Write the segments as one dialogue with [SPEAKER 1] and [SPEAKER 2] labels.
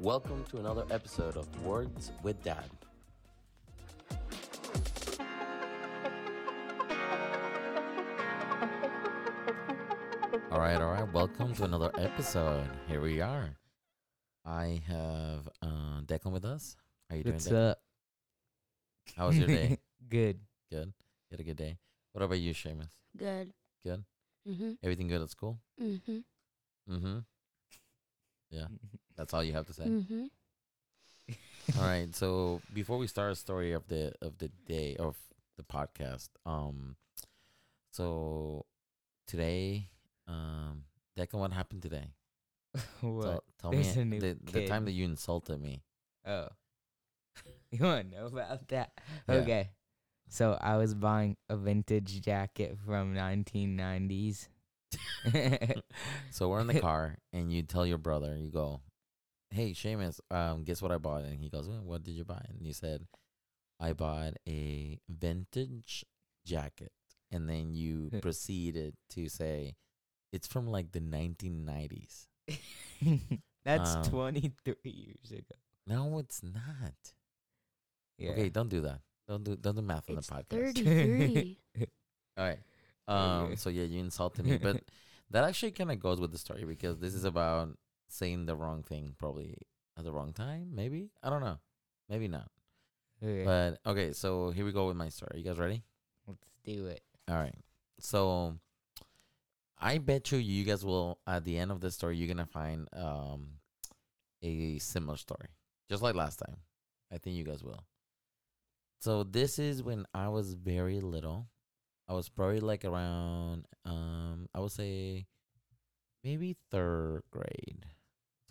[SPEAKER 1] Welcome to another episode of Words with Dad. All right, all right. Welcome to another episode. Here we are. I have uh, Declan with us. How you doing?
[SPEAKER 2] What's
[SPEAKER 1] Declan?
[SPEAKER 2] up?
[SPEAKER 1] How was your day?
[SPEAKER 2] uh, Good.
[SPEAKER 1] good. You had a good day. What about you, Seamus?
[SPEAKER 3] Good.
[SPEAKER 1] Good.
[SPEAKER 3] Mhm.
[SPEAKER 1] Everything good at school?
[SPEAKER 3] Mhm.
[SPEAKER 1] Mm-hmm. Yeah. That's all you have to say.
[SPEAKER 3] Mhm.
[SPEAKER 1] All right. So before we start our story of the of the day of the podcast, um, so today, um, Declan, what happened today?
[SPEAKER 2] what?
[SPEAKER 1] So tell
[SPEAKER 2] There's a
[SPEAKER 1] me
[SPEAKER 2] new
[SPEAKER 1] the, the time
[SPEAKER 2] kid.
[SPEAKER 1] that you insulted me.
[SPEAKER 2] oh. you want to know about that?
[SPEAKER 1] Yeah.
[SPEAKER 2] Okay. So I was buying a vintage jacket from 1990s.
[SPEAKER 1] So we're in the car, and you tell your brother, you go, "Hey, Seamus, um, guess what I bought?" And he goes, "Well, "What did you buy?" And you said, "I bought a vintage jacket." And then you proceeded to say, "It's from like the 1990s."
[SPEAKER 2] That's
[SPEAKER 1] Um,
[SPEAKER 2] 23 years ago.
[SPEAKER 1] No, it's not.
[SPEAKER 2] Yeah.
[SPEAKER 1] Okay, don't do that. Don't do don't do math on
[SPEAKER 3] It's
[SPEAKER 1] the podcast.
[SPEAKER 3] 33.
[SPEAKER 1] All right. Um.
[SPEAKER 2] Okay.
[SPEAKER 1] So yeah, you insulted me, but that actually kind of goes with the story because this is about saying the wrong thing probably at the wrong time. Maybe I don't know. Maybe not.
[SPEAKER 2] Okay,
[SPEAKER 1] But okay. So here we go with my story. You guys ready?
[SPEAKER 2] Let's do it.
[SPEAKER 1] All right. So I bet you you guys will at the end of this story you're gonna find um a similar story. Just like last time. I think you guys will. So this is when I was very little. I was probably like around um I would say maybe third grade.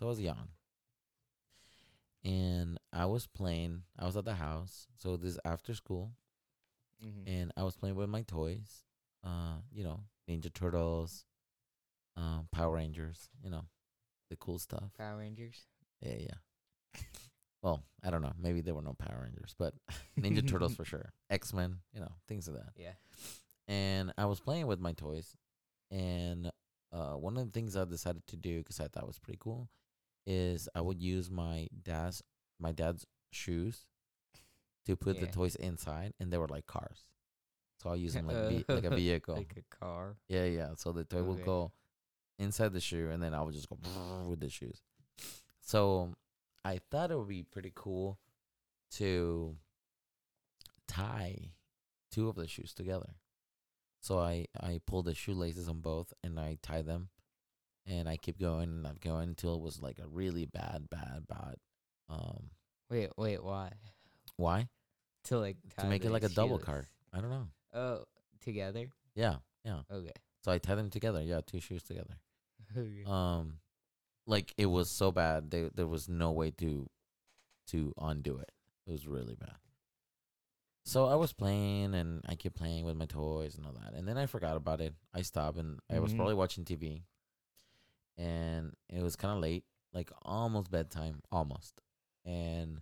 [SPEAKER 1] So I was young. And I was playing. I was at the house. So this is after school
[SPEAKER 2] Mhm.
[SPEAKER 1] and I was playing with my toys. Uh, you know, Ninja Turtles, um, Power Rangers, you know, the cool stuff.
[SPEAKER 2] Power Rangers.
[SPEAKER 1] Yeah, yeah. Well, I don't know. Maybe there were no Power Rangers, but Ninja Turtles for sure. X Men, you know, things of that.
[SPEAKER 2] Yeah.
[SPEAKER 1] And I was playing with my toys, and uh, one of the things I decided to do because I thought was pretty cool is I would use my dad's my dad's shoes to put the
[SPEAKER 2] Yeah.
[SPEAKER 1] toys inside, and they were like cars. So I'll use them like
[SPEAKER 2] Uh,
[SPEAKER 1] ve- like a vehicle.
[SPEAKER 2] Like a car.
[SPEAKER 1] Yeah, yeah. So the toy will
[SPEAKER 2] Okay.
[SPEAKER 1] go inside the shoe, and then I would just go with the shoes. So I thought it would be pretty cool to tie two of the shoes together. So I I pulled the shoelaces on both, and I tie them, and I keep going and I'm going until it was like a really bad, bad, bad. Um,
[SPEAKER 2] Wait, wait, why?
[SPEAKER 1] why?
[SPEAKER 2] To like tie
[SPEAKER 1] to make it
[SPEAKER 2] the
[SPEAKER 1] like a double
[SPEAKER 2] shoelace-
[SPEAKER 1] car. I don't know.
[SPEAKER 2] Oh, together?
[SPEAKER 1] Yeah, yeah.
[SPEAKER 2] Okay.
[SPEAKER 1] So I tie them together. Yeah, two shoes together.
[SPEAKER 2] Okay.
[SPEAKER 1] um like it was so bad they, there was no way to to undo it it was really bad so i was playing and i kept playing with my toys and all that and then i forgot about it i stopped and i was
[SPEAKER 2] Mhm.
[SPEAKER 1] probably watching tv and it was kind of late like almost bedtime almost and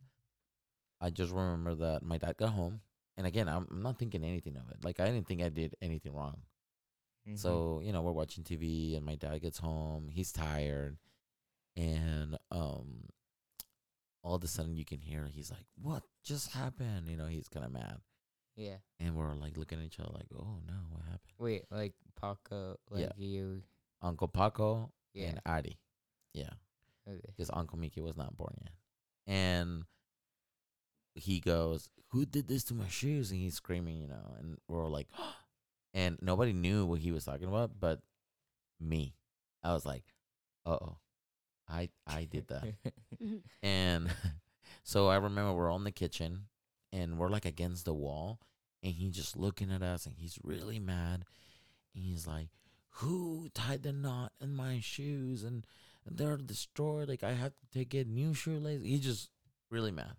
[SPEAKER 1] i just remember that my dad got home and again i'm, I'm not thinking anything of it like i didn't think i did anything wrong
[SPEAKER 2] Mhm.
[SPEAKER 1] so, you know, we're watching TV and my dad gets home, he's tired, and um all of a sudden you can hear he's like, What just happened? You know, he's kinda mad.
[SPEAKER 2] yeah.
[SPEAKER 1] And we're like looking at each other like, Oh no, what happened?
[SPEAKER 2] Wait, like Paco, like
[SPEAKER 1] Yeah.
[SPEAKER 2] you,
[SPEAKER 1] Uncle Paco
[SPEAKER 2] yeah.
[SPEAKER 1] and Adi. Yeah.
[SPEAKER 2] okay.
[SPEAKER 1] Because Uncle Mickey was not born yet. And he goes, Who did this to my shoes? And he's screaming, you know, and we're all like and nobody knew what he was talking about, but me. I was like, uh oh. I I did that.
[SPEAKER 3] Mhm.
[SPEAKER 1] And so I remember we're all in the kitchen and we're like against the wall and he's just looking at us and he's really mad. And he's like, Who tied the knot in my shoes and they're destroyed? Like I have to get new shoelaces. He's just really mad,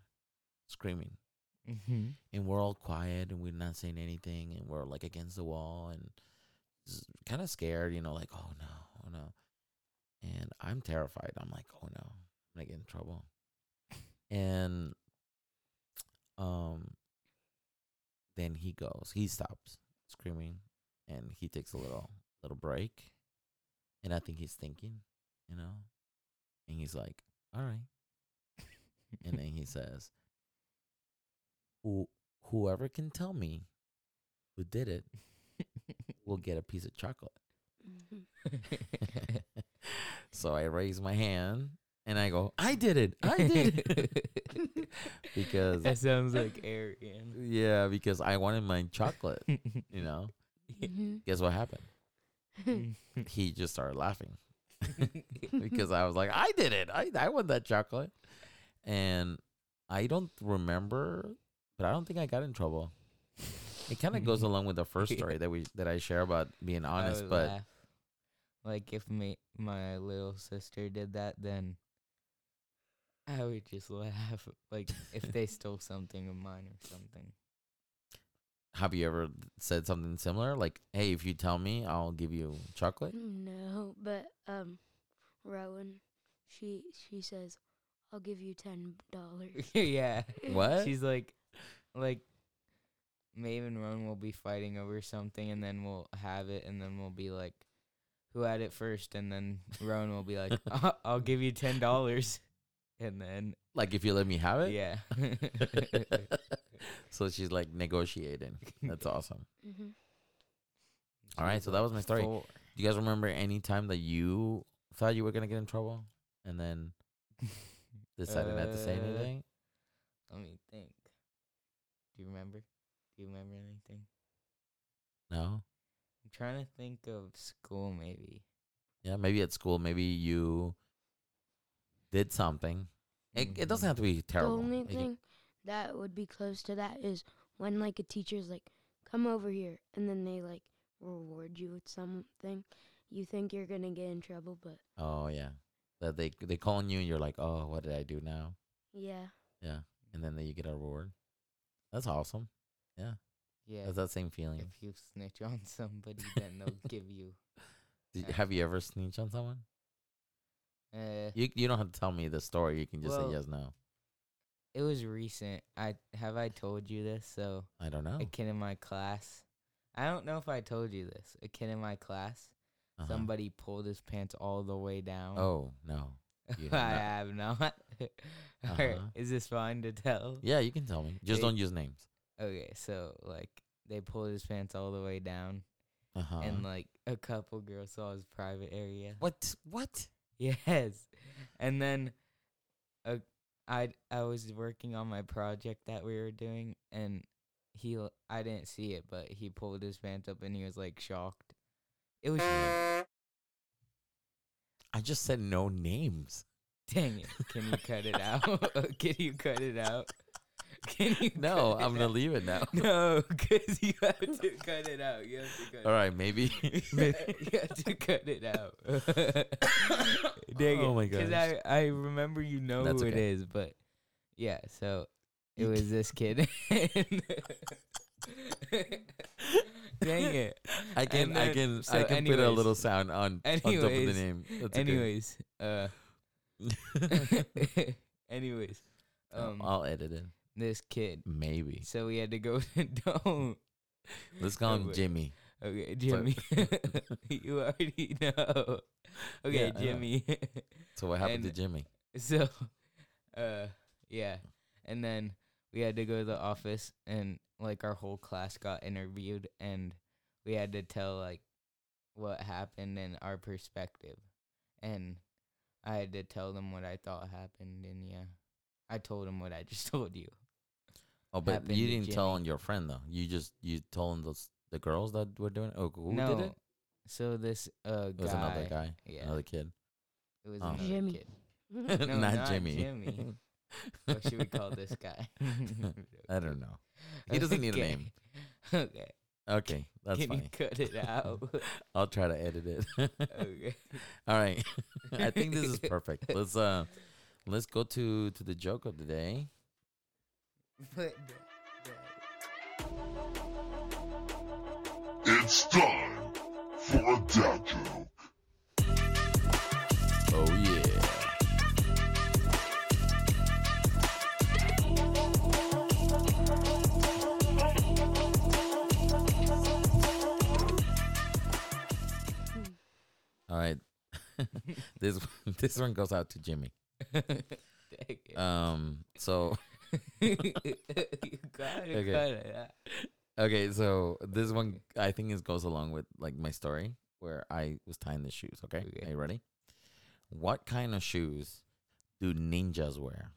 [SPEAKER 1] screaming.
[SPEAKER 2] Mhm.
[SPEAKER 1] And we're all quiet and we're not saying anything and we're like against the wall and kind of scared, you know, like, Oh no, oh no. And I'm terrified. I'm like, Oh no, I'm gonna get in trouble and um then he goes he stops screaming and he takes a little little break and i think he's thinking you know and he's like all right he says, Who, whoever can tell me who did it will get a piece of chocolate.
[SPEAKER 3] Mm-hmm,
[SPEAKER 1] so I raise my hand and I go, I did it. I did it. because,
[SPEAKER 2] that sounds like Arian.
[SPEAKER 1] yeah, because I wanted my chocolate, you know?
[SPEAKER 3] mm-hmm.
[SPEAKER 1] Guess what happened? Mm, He just started laughing because I was like, I did it. I, I want that chocolate. And I don't remember, but I don't think I got in trouble. It kind of goes along with the first
[SPEAKER 2] Yeah.
[SPEAKER 1] story that we that I share about being
[SPEAKER 2] Mm-hmm. I
[SPEAKER 1] honest,
[SPEAKER 2] would
[SPEAKER 1] but
[SPEAKER 2] laugh. like if me my little sister did that, then I would just laugh. Like if they stole something of mine or something.
[SPEAKER 1] have you ever said something similar? Like, hey, if you tell me, I'll give you chocolate.
[SPEAKER 3] No, but um, Rowan, she she says, "I'll give you ten dollars."
[SPEAKER 2] yeah,
[SPEAKER 1] What?
[SPEAKER 2] she's like, like Maeve and Roan will be fighting over something, and then we'll have it, and then we'll be like, who had it first? And then Roan will be like, "Uh, I'll give you ten dollars, and then
[SPEAKER 1] like, if you let me have it.
[SPEAKER 2] yeah.
[SPEAKER 1] so she's like negotiating. That's awesome.
[SPEAKER 3] Mm-hmm.
[SPEAKER 1] All right, so that was my story.
[SPEAKER 2] Four.
[SPEAKER 1] Do you guys remember any time that you thought you were gonna get in trouble and then decided not to say
[SPEAKER 2] Uh,
[SPEAKER 1] anything?
[SPEAKER 2] Let me think. Do you remember? Do you remember anything?
[SPEAKER 1] No.
[SPEAKER 2] I'm trying to think of school, maybe.
[SPEAKER 1] Yeah, maybe at school, maybe you did something. It, it
[SPEAKER 2] Mm-hmm.
[SPEAKER 1] doesn't have to be
[SPEAKER 3] The
[SPEAKER 1] terrible.
[SPEAKER 3] only
[SPEAKER 1] It can-
[SPEAKER 3] thing that would be close to that is when like a teacher's like, "Come over here," and then they like reward you with something. You think you're gonna get in trouble, but
[SPEAKER 1] oh yeah, that they they call on you and you're like, oh, what did I do now?
[SPEAKER 3] yeah,
[SPEAKER 1] And then you get a reward. That's awesome.
[SPEAKER 2] Mm-hmm. Yeah.
[SPEAKER 1] That's that same feeling.
[SPEAKER 2] If you snitch on somebody, then they'll give you.
[SPEAKER 1] Did,
[SPEAKER 2] Yeah.
[SPEAKER 1] have you ever sneaked on someone?
[SPEAKER 2] Uh,
[SPEAKER 1] You you don't have to tell me the story. You can just
[SPEAKER 2] Well-
[SPEAKER 1] say yes, no.
[SPEAKER 2] it was recent. I have I told you this? So
[SPEAKER 1] I don't know.
[SPEAKER 2] a kid in my class. I don't know if I told you this. A kid in my class.
[SPEAKER 1] Uh-huh.
[SPEAKER 2] Somebody pulled his pants all the way down.
[SPEAKER 1] Oh no. you have
[SPEAKER 2] I
[SPEAKER 1] not.
[SPEAKER 2] have not. Alright,
[SPEAKER 1] Uh-huh.
[SPEAKER 2] Is this fine to tell?
[SPEAKER 1] Yeah, you can tell me. Just
[SPEAKER 2] They-
[SPEAKER 1] don't use names.
[SPEAKER 2] Okay, so like they pulled his pants all the way down,
[SPEAKER 1] Uh huh.
[SPEAKER 2] and like a couple girls saw his private area.
[SPEAKER 1] What? What?
[SPEAKER 2] Yes, and then, uh, I I was working on my project that we were doing, and he l- I didn't see it, but he pulled his pants up, and he was like shocked. It was
[SPEAKER 1] I just said no names.
[SPEAKER 2] dang it! Can you cut it out? Can you cut it out? Can you?
[SPEAKER 1] No,
[SPEAKER 2] cut
[SPEAKER 1] I'm gonna
[SPEAKER 2] out?
[SPEAKER 1] leave it now.
[SPEAKER 2] No, because you have to cut it out. You have to cut it
[SPEAKER 1] All right, maybe.
[SPEAKER 2] you have to cut it out. Dang
[SPEAKER 1] Oh my
[SPEAKER 2] Because
[SPEAKER 1] gosh.
[SPEAKER 2] I, I remember you know
[SPEAKER 1] That's
[SPEAKER 2] who it
[SPEAKER 1] okay.
[SPEAKER 2] is, but yeah, so it
[SPEAKER 1] You
[SPEAKER 2] was this kid. Dang it.
[SPEAKER 1] I can
[SPEAKER 2] And
[SPEAKER 1] I
[SPEAKER 2] then-
[SPEAKER 1] can I
[SPEAKER 2] so
[SPEAKER 1] can put a
[SPEAKER 2] anyways-
[SPEAKER 1] little sound on on top of the
[SPEAKER 2] anyways-
[SPEAKER 1] name. That's
[SPEAKER 2] anyways, uh,
[SPEAKER 1] okay.
[SPEAKER 2] anyways, um,
[SPEAKER 1] I'll edit it.
[SPEAKER 2] this kid.
[SPEAKER 1] Maybe.
[SPEAKER 2] So we had to go to don't.
[SPEAKER 1] Let's call him
[SPEAKER 2] Wait.
[SPEAKER 1] Jimmy.
[SPEAKER 2] Okay,
[SPEAKER 1] Sorry.
[SPEAKER 2] Jimmy. you already know.
[SPEAKER 1] Yeah, I
[SPEAKER 2] Okay,
[SPEAKER 1] know.
[SPEAKER 2] Jimmy.
[SPEAKER 1] So what happened to
[SPEAKER 2] And-
[SPEAKER 1] Jimmy?
[SPEAKER 2] So, uh, yeah. And then we had to go to the office, and like our whole class got interviewed, and we had to tell like what happened and our perspective. And I had to tell them what I thought happened, and yeah, I told them what I just told you.
[SPEAKER 1] Oh, but
[SPEAKER 2] happened
[SPEAKER 1] you
[SPEAKER 2] to
[SPEAKER 1] didn't tell on your friend though. You just you told on those the girls that were doing. It? Oh, who
[SPEAKER 2] no.
[SPEAKER 1] did it?
[SPEAKER 2] So this uh
[SPEAKER 1] It was another guy,
[SPEAKER 2] guy. Yeah,
[SPEAKER 1] another kid.
[SPEAKER 2] it was
[SPEAKER 1] Oh.
[SPEAKER 2] another
[SPEAKER 3] Jimmy.
[SPEAKER 2] kid.
[SPEAKER 1] not,
[SPEAKER 2] No, not
[SPEAKER 1] Jimmy.
[SPEAKER 2] Jimmy. What should we call this guy?
[SPEAKER 1] I don't know. He doesn't need a
[SPEAKER 2] Okay.
[SPEAKER 1] name.
[SPEAKER 2] Okay.
[SPEAKER 1] Okay, that's
[SPEAKER 2] Can
[SPEAKER 1] funny.
[SPEAKER 2] you cut it out?
[SPEAKER 1] I'll try to edit it.
[SPEAKER 2] okay.
[SPEAKER 1] All right. I think this is perfect. Let's uh let's go to to the joke of the day.
[SPEAKER 2] But
[SPEAKER 4] It's time for a dad joke.
[SPEAKER 1] Oh yeah. All right. this this one goes out to Jimmy.
[SPEAKER 2] the- second.
[SPEAKER 1] Um. So
[SPEAKER 2] you got it.
[SPEAKER 1] Okay.
[SPEAKER 2] Got it. Ah.
[SPEAKER 1] okay. So this one I think it goes along with like my story where I was tying the shoes. Okay.
[SPEAKER 2] Okay.
[SPEAKER 1] Are you ready? What kind of shoes do ninjas wear?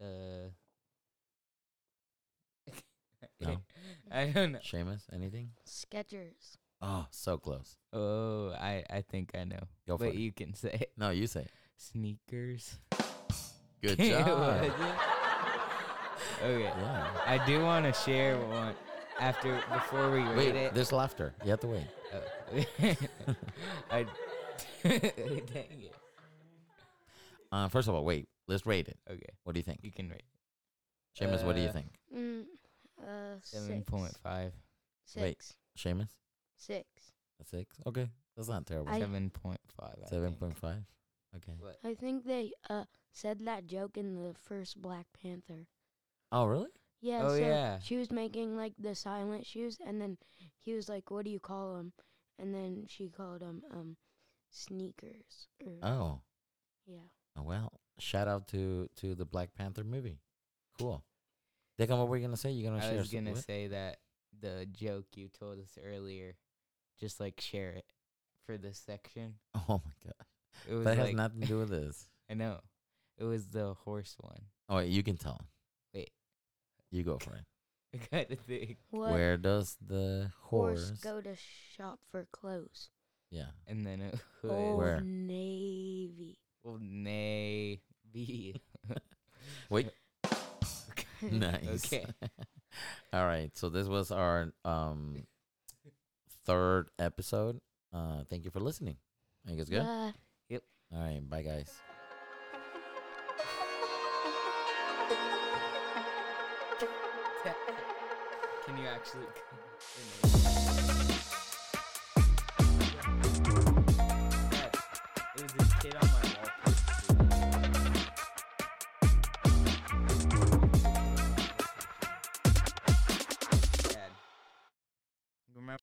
[SPEAKER 2] Hmm.
[SPEAKER 1] Hmm.
[SPEAKER 2] Uh.
[SPEAKER 1] No.
[SPEAKER 2] I don't know.
[SPEAKER 1] Seamus, anything?
[SPEAKER 3] Skechers.
[SPEAKER 1] Oh, so close.
[SPEAKER 2] Oh, I I think I know.
[SPEAKER 1] Go for
[SPEAKER 2] but
[SPEAKER 1] it.
[SPEAKER 2] you can say it.
[SPEAKER 1] No, you say. it.
[SPEAKER 2] sneakers.
[SPEAKER 1] Good
[SPEAKER 2] It
[SPEAKER 1] job.
[SPEAKER 2] wasn't. okay.
[SPEAKER 1] Yeah.
[SPEAKER 2] I do want to share one after before we read
[SPEAKER 1] Wait,
[SPEAKER 2] it.
[SPEAKER 1] there's laughter. You have to wait.
[SPEAKER 2] Oh. Uh, I dang it.
[SPEAKER 1] Uh, first of all, wait. Let's rate it.
[SPEAKER 2] Okay,
[SPEAKER 1] What do you think,
[SPEAKER 2] you can rate
[SPEAKER 1] Seamus? what do you
[SPEAKER 2] Uh,
[SPEAKER 1] think,
[SPEAKER 3] Mm, uh,
[SPEAKER 2] seven
[SPEAKER 3] six.
[SPEAKER 2] point five.
[SPEAKER 1] wait.
[SPEAKER 3] Six.
[SPEAKER 1] Seamus?
[SPEAKER 3] Six.
[SPEAKER 1] A six. Okay, that's not terrible.
[SPEAKER 3] I-
[SPEAKER 2] Seven point five.
[SPEAKER 1] Seven point five. Okay.
[SPEAKER 2] What?
[SPEAKER 3] I think they uh said that joke in the first Black Panther.
[SPEAKER 1] Oh, really?
[SPEAKER 3] Yeah.
[SPEAKER 2] Oh,
[SPEAKER 3] so
[SPEAKER 2] yeah.
[SPEAKER 3] She was making like the silent shoes, and then he was like, "What do you call them?" And then she called them um sneakers. Or,
[SPEAKER 1] Oh,
[SPEAKER 3] Yeah.
[SPEAKER 1] oh, well. Shout out to to the Black Panther movie. Cool. Dickham, what were you gonna say? You gonna
[SPEAKER 2] I
[SPEAKER 1] share?
[SPEAKER 2] was
[SPEAKER 1] some-
[SPEAKER 2] gonna
[SPEAKER 1] what?
[SPEAKER 2] say that the joke you told us earlier, just like share it for this section.
[SPEAKER 1] Oh my god,
[SPEAKER 2] It was
[SPEAKER 1] that
[SPEAKER 2] like,
[SPEAKER 1] has nothing to do with this.
[SPEAKER 2] I know. It was the horse one.
[SPEAKER 1] Oh, wait, you can tell.
[SPEAKER 2] Wait.
[SPEAKER 1] You go for it.
[SPEAKER 2] I gotta think.
[SPEAKER 3] What
[SPEAKER 1] Where does the horse?
[SPEAKER 3] horse go to shop for clothes?
[SPEAKER 1] Yeah.
[SPEAKER 2] And then it was
[SPEAKER 3] Old
[SPEAKER 1] Where?
[SPEAKER 3] Navy.
[SPEAKER 2] Old Navy.
[SPEAKER 1] Wait. nice.
[SPEAKER 2] Okay.
[SPEAKER 1] All right. So this was our um third episode. Uh, thank you for listening. Are you guys good?
[SPEAKER 3] Bye.
[SPEAKER 1] All right. Bye, guys.
[SPEAKER 2] Can you actually?